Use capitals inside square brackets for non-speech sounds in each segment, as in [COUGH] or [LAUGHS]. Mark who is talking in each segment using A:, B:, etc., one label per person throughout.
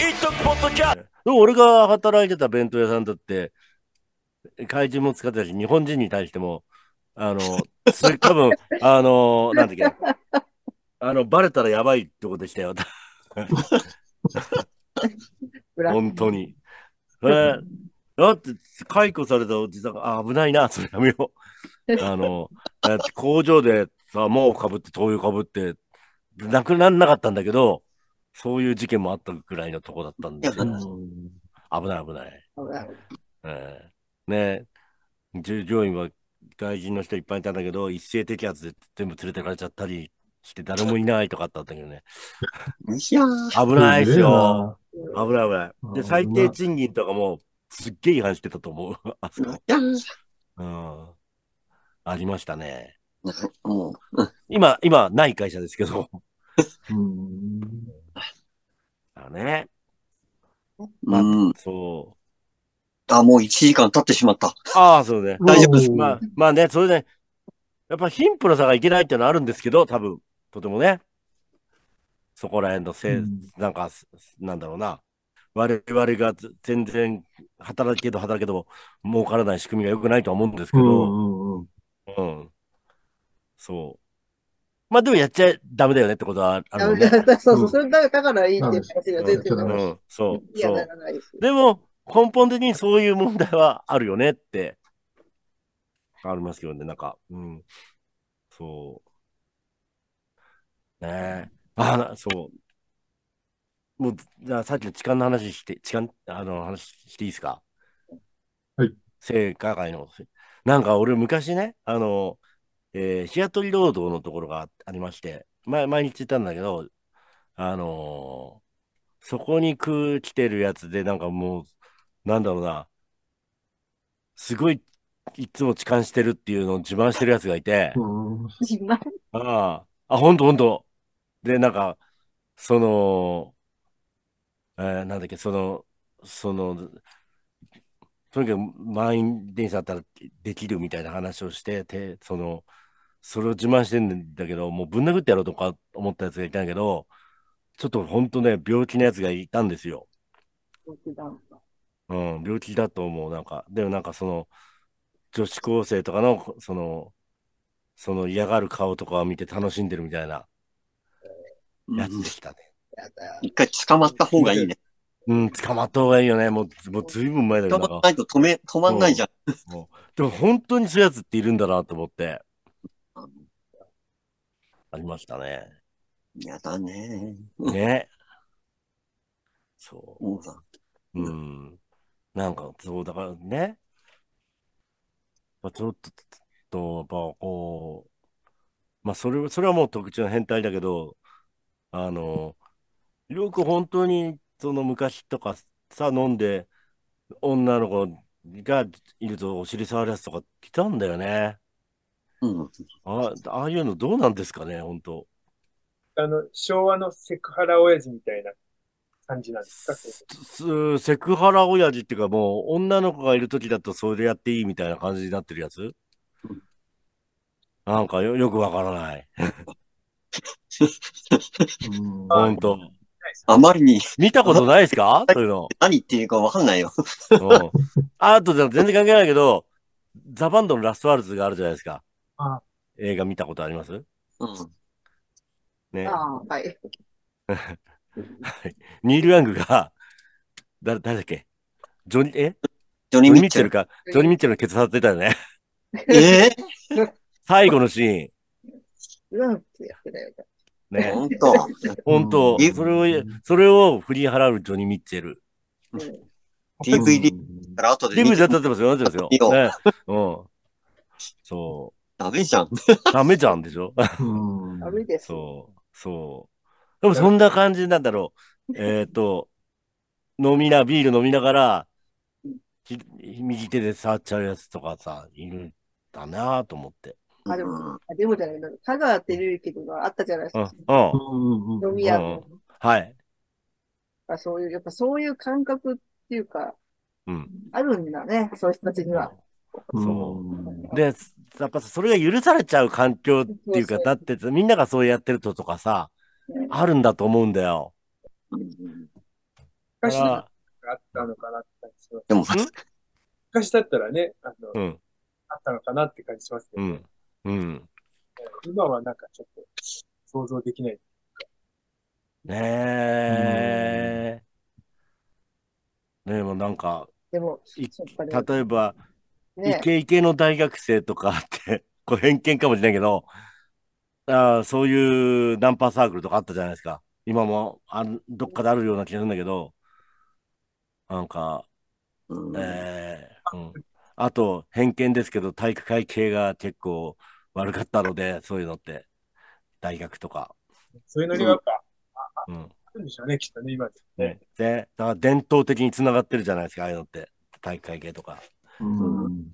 A: イトポッドキャスト
B: 俺が働いてた弁当屋さんだって、怪人も使ってたし、日本人に対しても、あの、
C: [LAUGHS]
B: す多分あの、なんだっけ、あの、バレたらやばいってことで
C: [LAUGHS]
B: したよ。
C: ブラック
B: 本当に。それだって、解雇されたおじさんが、あ危ないな、それやめよ
C: [LAUGHS]
B: う。あの、だって工場でさ、もうかぶって、灯油かぶって、なくなんなかったんだけど、そういう事件もあったぐらいのとこだったんですよ。危ない危ない。ええねえ、従業員は外人の人いっぱいいたんだけど、一斉摘発で全部連れてかれちゃったりして、誰もいないとかあったんだけどね。
D: いやー
B: 危ないですよ。。危ない危な
D: うん
B: い。で、最低賃金とかも、すっげえ違反してたと思う。あそこ。
D: いやー
B: うん。ありましたね。
D: も
B: 今、今、ない会社ですけど。
D: うん。
B: だね。
D: うん。
B: そ
D: あ、もう1時間経ってしまった。
B: う。ああ、そうね。
D: 大丈夫です
B: まあ、まあね、それで、やっぱ貧富の差がいけないっていうのはあるんですけど、多分、とてもね。そこら辺のせい、
D: うん
B: なんか、すなんだろうな。我々がず全然働けど働けど儲からない仕組みが良くないとは思うんですけ
D: う
B: ど、
D: んうん
B: うん。そう。まあでもやっちゃダメだよねってことはあるもんね。
C: そうそう、それだだからいいっていう話が出て
B: う
C: るの
B: ん、そう。
C: いや
B: そ
C: な
B: う。
C: らないです。
B: でも、根本的にそういう問題はあるよねって、ありますけどね、なんか、うん。そう。ねえ。あ、なそう。もう、じゃあさっきの痴漢の話して、痴漢、あの、話していいですか
E: はい。
B: 性加害の。なんか俺昔ね、あの、えー、日雇い労働のところがあありまして、前、毎日行ったんだけど、あのーそこに来来てるやつで、なんかもう、なんだろうな、すごい、いつも痴漢してるっていうのを自慢してるやつがいて、
E: うん。
C: 自慢
B: ああ、あ、ほんとほんと。で、なんか、その、えーなんだっけ、その、その、とにかく満員電車だったらできるみたいな話をして、て、その、それを自慢してんだけど、もうぶん殴ってやろうとか思ったやつがいたんだけど、ちょっとほんとね、病気のやつがいたんですよ。うん、病気だと思う、なんか。でもなんかその、女子高生とかの、その、その嫌がる顔とかを見て楽しんでるみたいな
D: うん
B: やつでしたね。
C: やだ
D: 一回捕まった方がいいね。
B: うん、捕まった方がいいよね。もう、もうずいぶん前だけど、
D: 捕
B: な
D: ま
B: ん
D: ら
B: か。
D: ないと止め、止まんないじゃん。
B: でも本当にそういうやつっているんだなと思って。ありましたね。
D: やだね。
B: ね。そう。
D: 王さん。
B: うん。なんか、そう、だからね。まあ、ちょっと、ちょっと、やっぱこう、まあ、それ、それはもう特徴の変態だけど、あの、よく本当に、その昔とかさ、飲んで、女の子がいるとお尻触るやつとか来たんだよね。
D: うん。
B: あ、ああいうのどうなんですかね、本当。
F: あの、昭和のセクハラ親父みたいな感じなんですかそれ
B: すすセクハラ親父っていうかもう女の子がいる時だとそれでやっていいみたいな感じになってるやつ
D: うん
B: なんかよよくわからない。
E: うん
F: あ
B: ほんと。
D: あまりに
B: 見たことないですかそういうの。
D: 何言っていうかわかんないよ。
B: うんあとじゃ全然関係ないけど、ザ・バンドのラストワルツがあるじゃないですか
F: あ。
B: 映画見たことあります
D: うん。
B: ね。
C: ああ、はい。
B: ニール・ヤングが、誰誰だっけジョニー、え
D: ジョニー・
B: ジョニー・
D: ミ
B: ミ
D: ッ
B: ッ
D: チ
B: チ
D: ェ
B: ェ
D: ル
B: ル。か。ジョニー・ミッチェルのケツ触ってたよね。
D: え
B: 最後のシーン。
C: うんってやってたよ。
D: え
B: ね。
D: ほんと。
B: 本当、
D: うん
B: それを、それを振り払うジョニー・ミッチェル。
D: DVD から後で
B: リ
D: 見て
B: ブじゃ立ってますよ、立ってますよ。
D: いい
B: ね、うん。そ
D: ダメじゃん。
B: う。ダメじゃんでしょ [LAUGHS]
E: うん
C: 悪いです。
B: そう。そう。でもそんな感じなんだろう。えっ、と、飲みな、ビール飲みながら、ひ右手で触っちゃうやつとかさ、いるんだなぁと思って。
C: あでも
D: うん
C: あでもじゃないの。香川照之とかあったじゃないで
B: う
C: す
B: ん。う
C: か。
B: ん。
E: うんうん
C: 飲み屋の。
B: はい。
C: やっぱそういう、やっぱそういう感覚っていうか、
B: うん
C: あるんだね、そういう人たちには。
B: そ
E: うん
B: う。で、やっぱそれが許されちゃう環境っていう
C: そ
B: か、
C: う
B: だってみんながそうやってるととかさ、あるんだと思うんだよ。
F: 昔だ
B: あ
F: ったらあったのかなって感じします。
D: でも、
F: 昔だったらね、あの、
B: うん、
F: あったのかなって感じしますけ
B: う
F: ど、
B: ん、うん。
F: 今はなんかちょっと想像できない。
B: ねえ。でもなんか、
C: でも、
B: い
C: そっかでも
B: 例えば、イ
C: ね、
B: ケイケの大学生とかあって、 [LAUGHS] これ偏見かもしれないけど、あーそういうナンパサークルとかあったじゃないですか。今もあんどっかであるような気がするんだけど、なんか、
D: うん
B: えーうん、あと、偏見ですけど、体育会系が結構悪かったので、そういうのって、大学とか。
F: そういうのにはやっぱ
B: うん
F: あるんでしょうね、きっとね、今で。
B: ね、でだから伝統的につながってるじゃないですか、ああいうのって、体育会系とか。
E: うん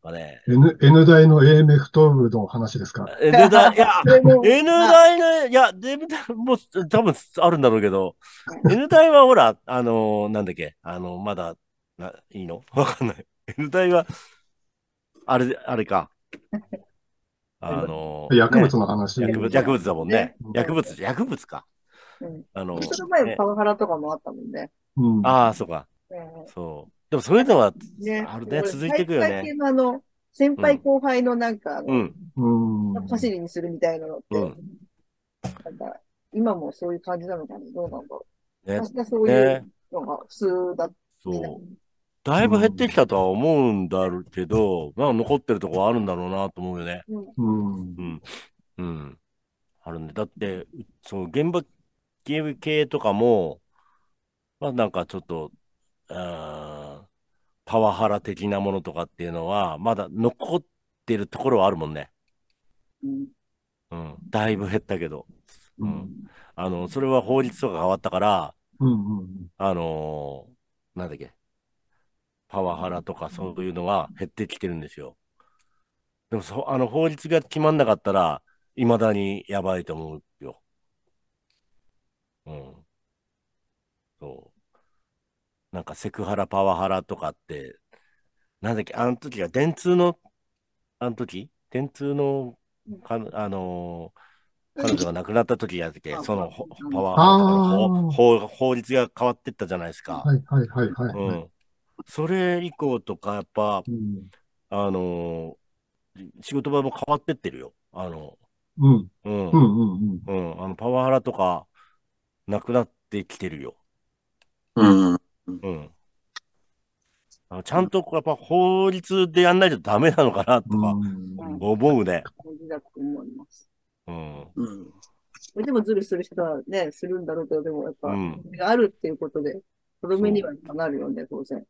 B: まあね、
E: N, N 大の AMF トーブの話ですか
B: えでだい
C: [LAUGHS]
B: や
C: それも
B: N 大の、いや、デブ大もう多分あるんだろうけ
C: [LAUGHS]
B: ど、N 大はほら、あのーなんだっけ、あのまだないいのわかんない。N 大は、あれ、あれか。あのー
E: 薬
B: ね
E: 物の話。
B: 薬物薬物だもんね。薬物、薬物か。
C: うん
B: あのー
C: その前
B: ね
C: パワハラとかもあったもんね。
E: うん
B: ああ、そうか。
C: ね
B: そう。でもそういうのは、
C: ね
B: あるね続いていくよね
C: 体育会系のあの、先輩後輩のなんか、あ
B: う
C: の
B: ん、
E: うん。
C: パシリにするみたいなのって、
B: う
C: なんか、今もそういう感じなのかな、どうなんだろう。
B: ね
C: 私はそういう
B: ね、
C: のが普通だっ
B: そう。だいぶ減ってきたとは思うんだろうけど、まあ残ってるとこはあるんだろうなと思うよね。
C: うん
E: うん
B: うん。うん。あるね。だって、そう、現場ゲーム系とかも、まあなんかちょっと、うーん、パワハラ的なものとかっていうのは、まだ残ってるところはあるもんね。
C: うん
B: うん。だいぶ減ったけど。
E: う
B: うんん。あの、それは法律とか変わったから、
E: うん
B: あのーなんだっけ、パワハラとかそういうのは減ってきてるんですよ。でもそ、あの法律が決まんなかったら、いまだにやばいと思うよ。うん。そう。なんかセクハラ、パワハラとかって、なんだっけ、あの時が電通の、あの時電通の、かあのー彼女が亡くなった時やったっけ、そのほパワハラとかの法法法律が変わってったじゃないですか。
E: はいはいはいはい。
B: う
E: はい
B: ん。それ以降とか、やっぱ、
E: うん
B: あのー仕事場も変わってってるよ。あの、
E: うん
B: うん、
E: うんうん
B: うん、あの、パワハラとか、なくなってきてるよ。
D: うん。
B: うん。あのちゃんと、やっぱ法律でやんないとダメなのかな、と
E: う
B: か、
E: ん。
C: うん
B: 思うね。
C: 感じだと思います。
B: うん。
D: うん。
C: これでもズルする人はね、するんだろうけど、でもやっぱ、
B: うん
C: それがあるっていうことで、とどめにはなるよね、当然。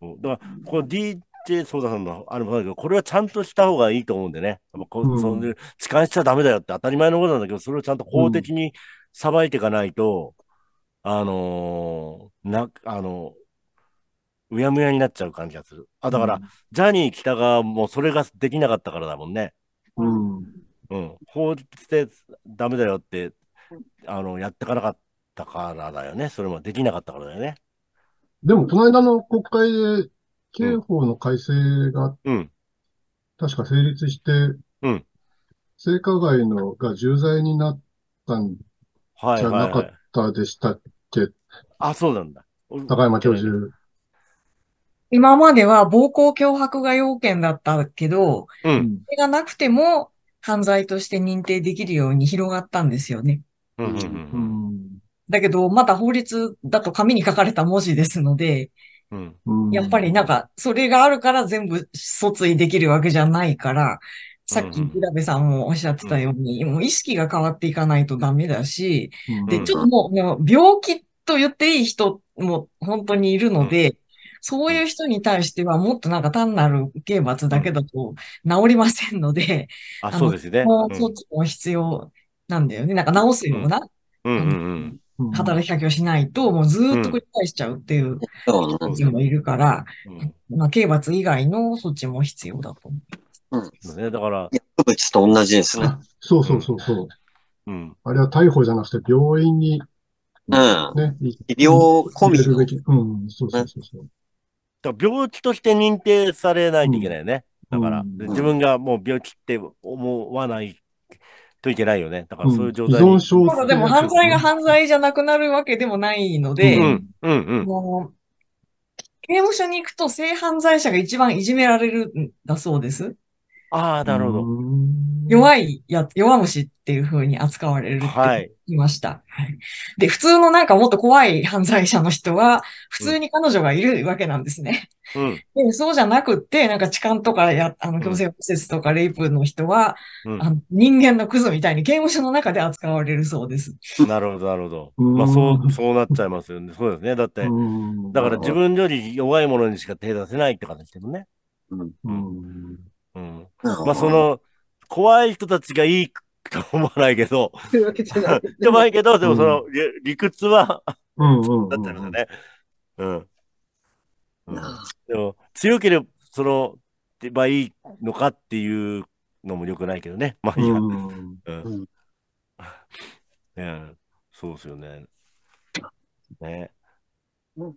B: そうだから、この DJ 相談さんのあれもそうだけど、これはちゃんとした方がいいと思うんでね。やっぱこ
E: う
B: う、
E: ん
B: そういう、痴漢しちゃダメだよって当たり前のことなんだけど、それをちゃんと法的に裁いていかないと、あのーな、あのうやむやになっちゃう感じがする。あ、だから、ジャニー喜多川もそれができなかったからだもんね。
E: うん、
B: うん。法律でダメだよって
C: うん、
B: あの、やってかなかったからだよね。それもできなかったからだよね。
E: でも、この間の国会で、刑法の改正が
B: うん。
E: 確か成立して、
B: うん
E: 性加害のが重罪になったん
B: はい
E: じゃ
B: は
E: ないか
B: は
E: っ
B: い。
E: たでしたっけ、
B: あ、そうなんだ。俺
E: 高山教授。
A: 今までは暴行脅迫が要件だったけど、
B: う。
E: うんん
A: それがなくても犯罪として認定できるように広がったんですよね。
B: うんうんう
E: うんん
A: だけど、まだ法律だと紙に書かれた文字ですので、
B: うん。
E: うん
A: やっぱりなんか、それがあるから全部訴追できるわけじゃないから、さっき平部さんもおっしゃってたように、もう意識が変わっていかないとダメだし、
E: うん
A: で、
B: ん
A: ちょっともう、もう病気と言っていい人も本当にいるので、そういう人に対してはもっとなんか単なる刑罰だけだと治りませんので、
B: あ、
A: あの
B: そうですね。
A: もう
B: うん
A: 措置も必要なんだよね。なんか治すような
B: うんうんうん。
E: うん
A: 働きかけをしないと、もうずーっと繰り返しちゃうっていう
D: そう
B: うん
A: 人もいるから、
B: うん
A: まあ、刑罰以外の措置も必要だと思う。
B: そうね。だから、
D: 薬物と同じですね。
E: あそうそうそうそう。
B: うん。
E: あれは逮捕じゃなくて、病院に
D: うん。
E: ね、い
D: 医療込み
E: 入れるべき。うん、そうそうそうそう。
B: だから病気として認定されないといけないよね。だから、
E: うん
B: 自分がもう病気って思わないといけないよね。だから
E: うん
B: そういう状
E: 依
B: 態
E: 存
B: に。
E: 症
A: ただでも犯罪が犯罪じゃなくなるわけでもないの
B: う
A: で、
B: ん、うん、うん。
A: もう刑務所に行くと性犯罪者が一番いじめられるんだそうです。
B: ああ、なるほど。
E: い。
A: 弱いや、弱虫っていう風に扱われるって
B: はい。
A: 言いました。はいで、普通のなんかもっと怖い犯罪者の人は、普通に彼女がいるわけなんですね。
B: うん、
A: で、そうじゃなくって、なんか痴漢とかや、あの、
B: ん
A: 強制骨折とかレイプの人は、
B: うん。
A: あの人間のクズみたいに刑務所の中で扱われるそうです。
B: なるほど、なるほど。
E: うん
B: まあ、そう、そうなっちゃいますよね。そうですね。だって、
E: うん
B: だから自分より弱いものにしか手出せないって形でもね。
D: うん。
E: うん
B: うん。ま
D: ま
B: あ、そ、の、怖い人たちがいいと思わないけど、
C: というわけじゃない。
B: じゃないけど、でもその、り理屈は、
E: うんうんうん
B: だったのでね。うん。うん
D: な
B: でも、強ければ、その、ればいいのかっていうのも良くないけどね。まあいいや。うん。
E: うん
D: うん
B: ねそうですよね。ね。
C: うん。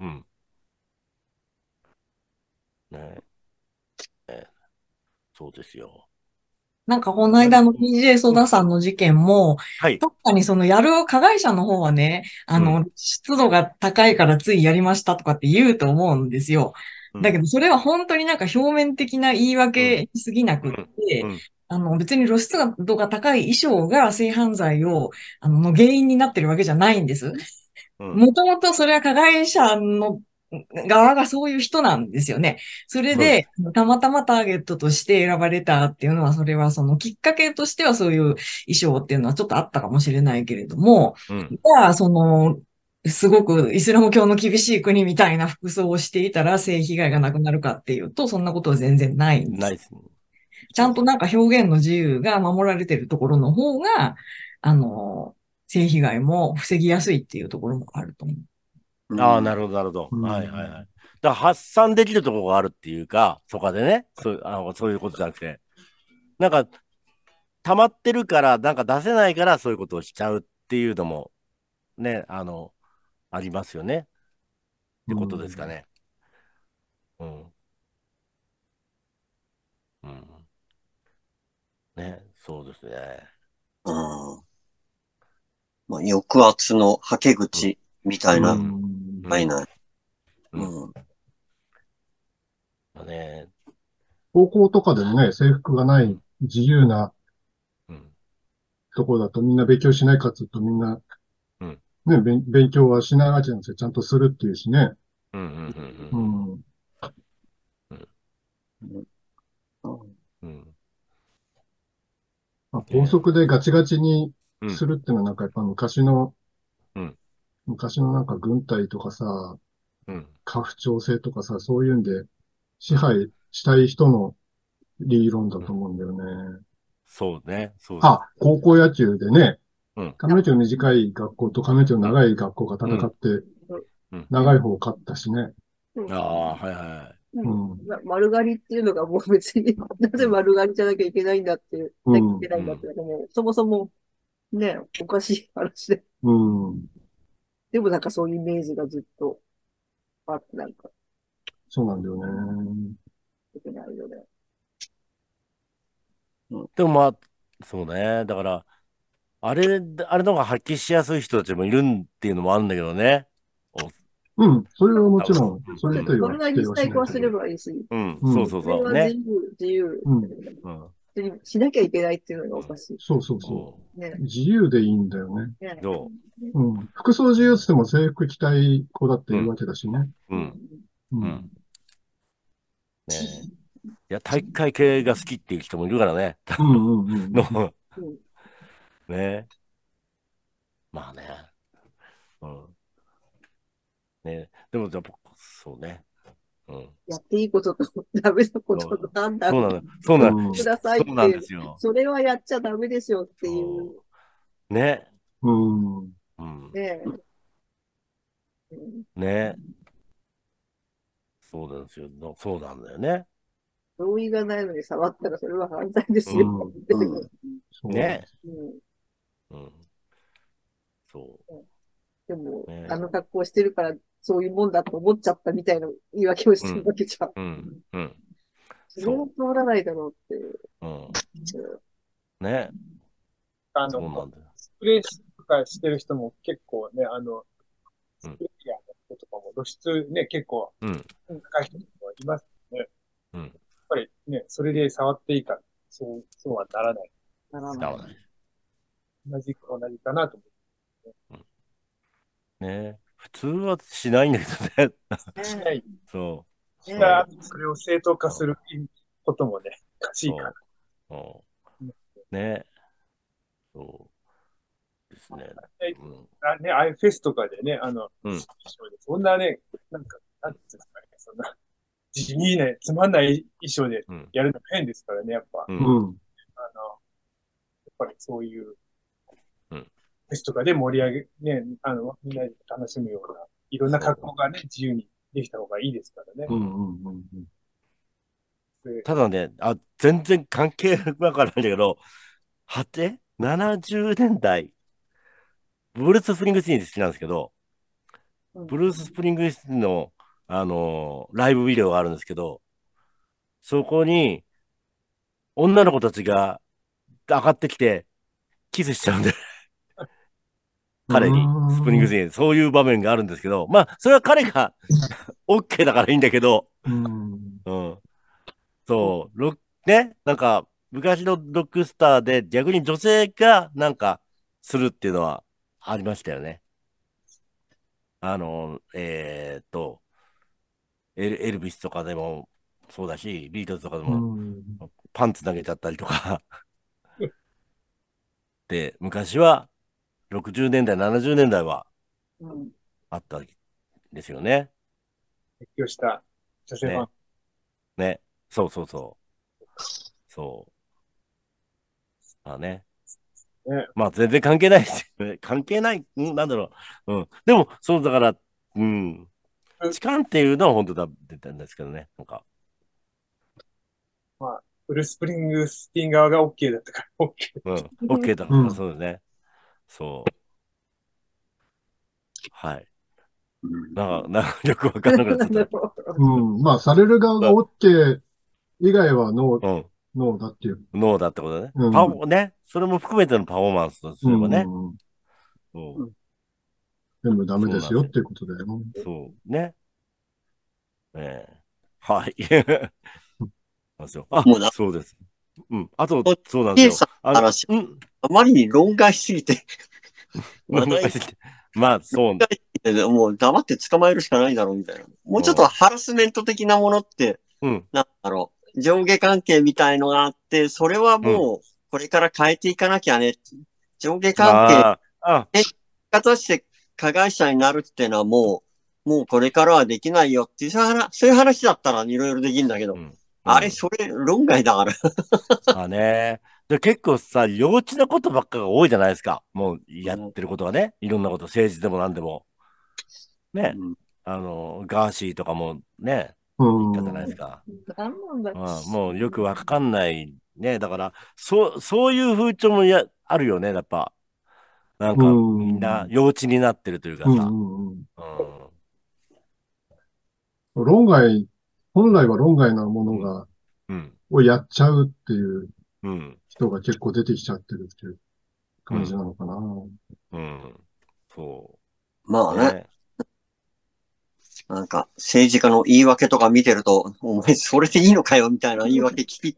B: うん。ねねそうですよ。
A: なんかこの間の DJ ソダさんの事件も、
B: はい。
A: 確かにそのやる加害者の方はね、あ
B: う
A: の、湿度が高いからついやりましたとかって言うと思うんですよ。だけ
B: ど、
A: どそれは本当になんか表面的な言い訳に過ぎなくって、
B: うんうん
A: あの別に露出度が高い衣装が性犯罪を、あの、の原因になってるわけじゃないんです。
B: うん
A: もともとそれは加害者の側がそういう人なんですよね。それで、たまたまターゲットとして選ばれたっていうのは、それはそのきっかけとしてはそういう衣装っていうのはちょっとあったかもしれないけれども、
B: うん
A: じゃあ、その、すごくイスラム教の厳しい国みたいな服装をしていたら性被害がなくなるかっていうと、そんなことは全然ないんです
B: ないですね。
A: ちゃんとなんか表現の自由が守られてるところの方が、あの、性被害も防ぎやすいっていうところもあると思う。
B: ああ、な
D: る
B: るほど、なるほ
E: う
B: ど。
E: ん
B: はいはいはい。だから発散できるところがあるっていうか、とかでね、そうあのそういうことじゃなくて、なんか、溜まってるから、なんか出せないから、そういうことをしちゃうっていうのも、ね、あの、ありますよね。ってことですかね。うん。うん。ね、そうですね。
D: ほど。うんまあ、抑圧のはけ口みたいな、
E: うん
D: ないない。
B: う
D: うんん。
B: ね、
E: 高校とかでもね、制服がない自由な
B: うん。
E: ところだとみんな勉強しないかっていうとみんな、
B: うん
E: ね、勉勉強はしないがちなんですよ。ちゃんとするっていうしね。
B: うんうんうん
E: う
B: うん。
E: ん。
B: うん。
E: まあ、高速でガチガチに
B: うん
E: するっていうのはなんかやっぱ昔の、
B: うん
E: 昔のなんか軍隊とかさ、
B: うん。
E: 家父長制とかさ、そういうんで支配したい人の理論だと思うんだよね。
B: そうね、そうですね
E: あ、高校野球でね
B: うん、
E: 亀井町短い学校と亀井町長い学校が戦って
B: うん、
E: 長い方勝ったしね。
C: うん
B: ああ、はいはいはい。
E: うん。
C: な丸刈りっていうのがもう別に、 [LAUGHS] なぜ丸刈りじゃなきゃいけないんだっていう、
E: う
C: なき
E: ん
C: ゃいけないんだって、もうそもそも、ね、おかしい話で。
E: うん。
C: でもなんかそういうイメージがずっとあって、なんか、
E: そうなんだよね。
C: いけないよね。
B: でもまあ、そうね。だから、あれ、あれの方が発揮しやすい人たちもいるんっていうのもあるんだけどね。
E: うん、それはもちろん、そ
C: そ
E: れ
C: れ
E: と
C: それなりに対抗はすればいいし、
B: うん、
E: うん
B: そうそう
C: それ
B: そう。
C: は
B: ね。
C: 全部自由。
E: う
B: う
E: ん
B: ん、
C: 別にしなきゃいけないっていうのがおかし。
E: そうそうそ
B: そう
C: ね
E: う。。自由でいいんだよね。
C: ね
B: ど
E: うん。服装自由っつっても制服着たい子だっているわけだしね。
B: う。うん、
E: う
B: うんん。。ねいや、体育会系が好きっていう人もいるからね。 [LAUGHS]
E: うんうんうん。
B: の
C: うん
B: ね。まあね。うん。ね。でも、やっぱ、そうね。うん。
C: やっていいこととダメなことの判断
B: そう
C: を
B: なの。そうなの。
E: うん
C: くださいって
B: そうなん
C: い
B: で
C: う。
B: すよ。
C: それはやっちゃダメでしょっていう
B: そうね。
E: うん。
B: うん。
C: ね。うん
B: ね。そうなんですよ。のそうなんだよね。
C: 同意がないのに触ったらそれは犯罪ですよ。
D: うん
C: うん
E: そう
B: ね。
C: うん
B: うん。そ
C: でも
B: ね、
C: あの格好してるからそういうもんだと思っちゃったみたいな言い訳をしてるわけじゃん。
B: う。うん。うん。
C: それは通らないだろうっていう。
B: うん。ね。
F: あ
B: そうな
F: の、
B: んだよ。
F: スプレーとかしてる人も結構ね、あの、
B: う
F: ス
B: ん
F: プレーヤーの人とかも露出ね、結構、
B: うん
F: 高い人とかいますね。
B: うん
F: やっぱりね、それで触っていいから、そう、そうはならない。
C: なら
B: だ
C: ない。
B: わね。
F: 同じ、同じかなと思
B: ね普通はしないんだけどね。 [LAUGHS]
F: って。しない。
B: そう。
F: だ
B: ね
F: からそれを正当化することもね、おかしいから。
B: そう。うん、ねそう。ですね。うん、
F: あね、ああいうフェスとかでね、あの、
B: うん
F: そんなね、なんか、なんていうんですかね、そんな、地味ね、つまんない衣装で
B: うん
F: やるの変ですからね、やっぱ、
B: うん
E: うん。
F: あの、やっぱりそういう、
B: うん
F: フェスとかで盛り上げ、ね、あの、みんなで楽しむような、いろんな格好がね、自由にできた方がいいですからね。
E: うんうんうんうん。
F: で
B: ただね、あ、全然関係なからないんだけど、果て ?70 年代。ブルース・スプリングスティーン好きなんですけど、ブルース・スプリングスティーンの、あのーライブビデオがあるんですけど、そこに、女の子たちが上がってきて、キスしちゃうんで、彼に、スプリングスティーン、そういう場面があるんですけど、まあ、それは彼が OK だからいいんだけど、
E: うん。
B: うん。そう、ロック、ね、なんか、昔のロックスターで逆に女性がなんかするっていうのはありましたよね。あの、えーっと、エル、エルビスとかでもそうだし、ビートルズとかで
E: う
B: も
E: ん。
B: パンツ投げちゃったりとか。で、昔は60年代、70年代は
C: うん。
B: あったんですよね。
F: 熱狂した女性ファン
B: ね。ね。そうそうそう。そう。だね。
F: ね
B: まあ全然関係ないですよね。 [LAUGHS] 関係ない。うん、なんだろう。うん。でも、そうだから、うん
F: う。ん
B: 痴漢っていうのは本当だってたんですけどね。なんか、
F: ブルース・スプリングスティーン側が OK だったから OK。
B: うん。OK だ。
E: うん
B: そうですね。そう。はい。
D: うん
B: なんか、なんかよくわからなくなっちゃっ
E: うん。まあ、される側が OK 以外はノ [LAUGHS] ー、
B: た。うん。
E: ノーだっていう。
B: ノーだってことだね。
E: うん
B: パフォね。それも含めてのパフォーマンスとすればね。
E: うん。
B: そう
E: 全部ダメですよっていうことだよ。
B: そうね。ええはい。 [LAUGHS] そうですよ。あ
D: もうな、
B: そうです。うん。あと
D: こ、
B: そうなんですよ。あの
D: 嵐
B: うん。
D: あまりに論外すぎて、話題
B: [LAUGHS] まあ、そう。
D: もう黙って捕まえるしかないだろうみたいな。もうちょっとハラスメント的なものって、
B: うん。
D: なんだろう。上下関係みたいのがあって、それはもう、これから変えていかなきゃね。上下関係
B: あーあ、
D: 結果として加害者になるっていうのはもう、もうこれからはできないよっていう、そういう話そういう話だったらいろいろできるんだけど、
B: うん
D: あれ、それ、論外だから。
B: うんまあね。で結構さ、幼稚なことばっかが多いじゃないですか。もうやってることはね。いろんなこと、政治でも何でも。ね。
D: うん
B: あの、ガーシーとかもね、
E: う
B: 言
E: ん
B: ったじゃないですか。
C: 何なんだ
B: まあ、もうよくわかんないね。だから、そう、そういう風潮もや、あるよね、やっぱ。なんか、
E: うん
B: みんな、幼稚になってるというかさ。
E: う
B: うんん。
E: うんうん。論外、本来は論外なものが、
B: うん。
E: をやっちゃうっていう
B: うん。
E: 人が結構出てきちゃってるっていう感じなのかな。う
B: うん。そ
D: まあ
B: う。
D: ね、
B: ね。
D: なんか政治家の言い訳とか見てると、お前それでいいのかよみたいな言い訳聞き、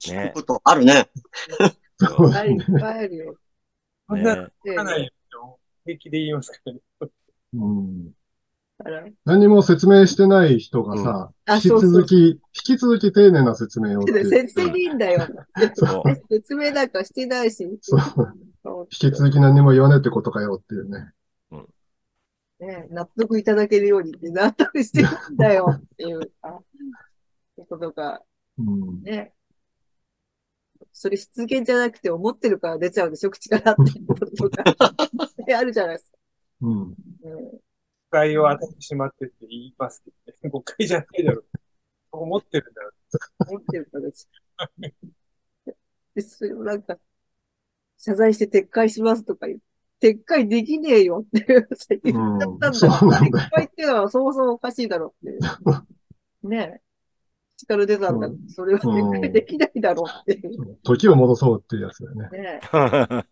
D: 聞くことあるね。
E: そうです
C: はい、い
E: ね
C: っ。ぱいあるよ。
F: そん
B: [LAUGHS]
F: な、
B: ね
C: で
F: かないと平気で言いますからね。
E: [LAUGHS] うん。
B: [LAUGHS]
C: あら
E: 何も説明してない人がさ、
C: あ、
E: 引き
C: そうそ
E: 続
C: う。
E: き、引き続き丁寧な説明をって
C: [LAUGHS]
E: いう。
C: 説明でいいんだよ。
B: そう。
C: 説明なんかしてないし。
E: そう
C: そう
E: 引き続き何も言わないってことかよっていうね。
C: ね、納得いただけるようにって納得してるんだ
E: [LAUGHS]
C: よっていうあことが
E: うん。
C: ね。それ失言じゃなくて思ってるから出ちゃうんでしょ口からっていうこと
E: [LAUGHS]
C: がねあるじゃないですか。
E: うん。
C: うん
F: 誤解を与えてしまってって言いますけどね。誤解じゃないだろう。思ってるんだろう。
C: 思ってるからです。で、それをなんか、謝罪して撤回しますとか言う。撤回できねえよって言っちゃったんだ
E: そうなんだよ
C: 撤回っていうのはそもそもおかしいだろうっていう。ねえ。スカル出たんだ
E: うん
C: そ [LAUGHS] れは絶対できないだろうっていう
E: 時を戻そうっていうやつだよね。
C: ね。